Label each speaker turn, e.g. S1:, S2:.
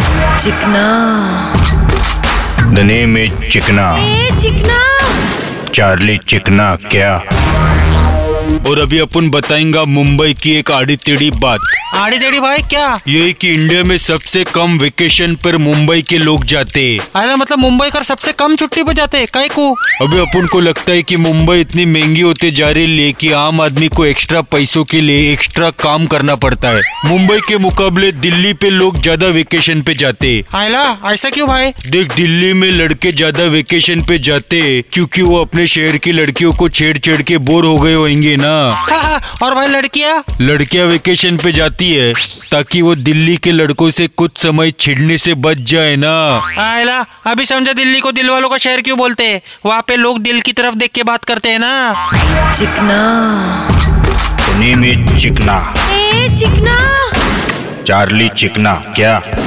S1: चिकना
S2: the name is चिकना
S1: a चिकना
S2: चार्ली चिकना क्या
S3: और अभी अपन बताएंगा मुंबई की एक आड़ी टेढ़ी बात
S4: आड़ी टेढ़ी भाई क्या
S3: यही कि इंडिया में सबसे कम वेकेशन पर मुंबई के लोग जाते हैं
S4: अरे मतलब मुंबई कर सबसे कम छुट्टी पे जाते कई को
S3: अभी अपन को लगता है कि मुंबई इतनी महंगी होते जा रही है कि आम आदमी को एक्स्ट्रा पैसों के लिए एक्स्ट्रा काम करना पड़ता है मुंबई के मुकाबले दिल्ली पे लोग ज्यादा वेकेशन पे जाते हैं।
S4: आयला ऐसा क्यों भाई
S3: देख दिल्ली में लड़के ज्यादा वेकेशन पे जाते हैं, क्योंकि वो अपने शहर की लड़कियों को छेड़ छेड़ के बोर हो गए होंगे ना
S4: हाँ, और भाई लड़कियां
S3: लड़कियां वेकेशन पे जाती है ताकि वो दिल्ली के लड़कों से कुछ समय छिड़ने से बच जाए ना
S4: आयला अभी समझा दिल्ली को दिल वालों का शहर क्यों बोलते हैं वहाँ पे लोग दिल की तरफ देख के बात करते हैं ना
S1: चिकना
S2: द नेम इज चिकना
S1: ए चिकना
S2: चार्ली चिकना क्या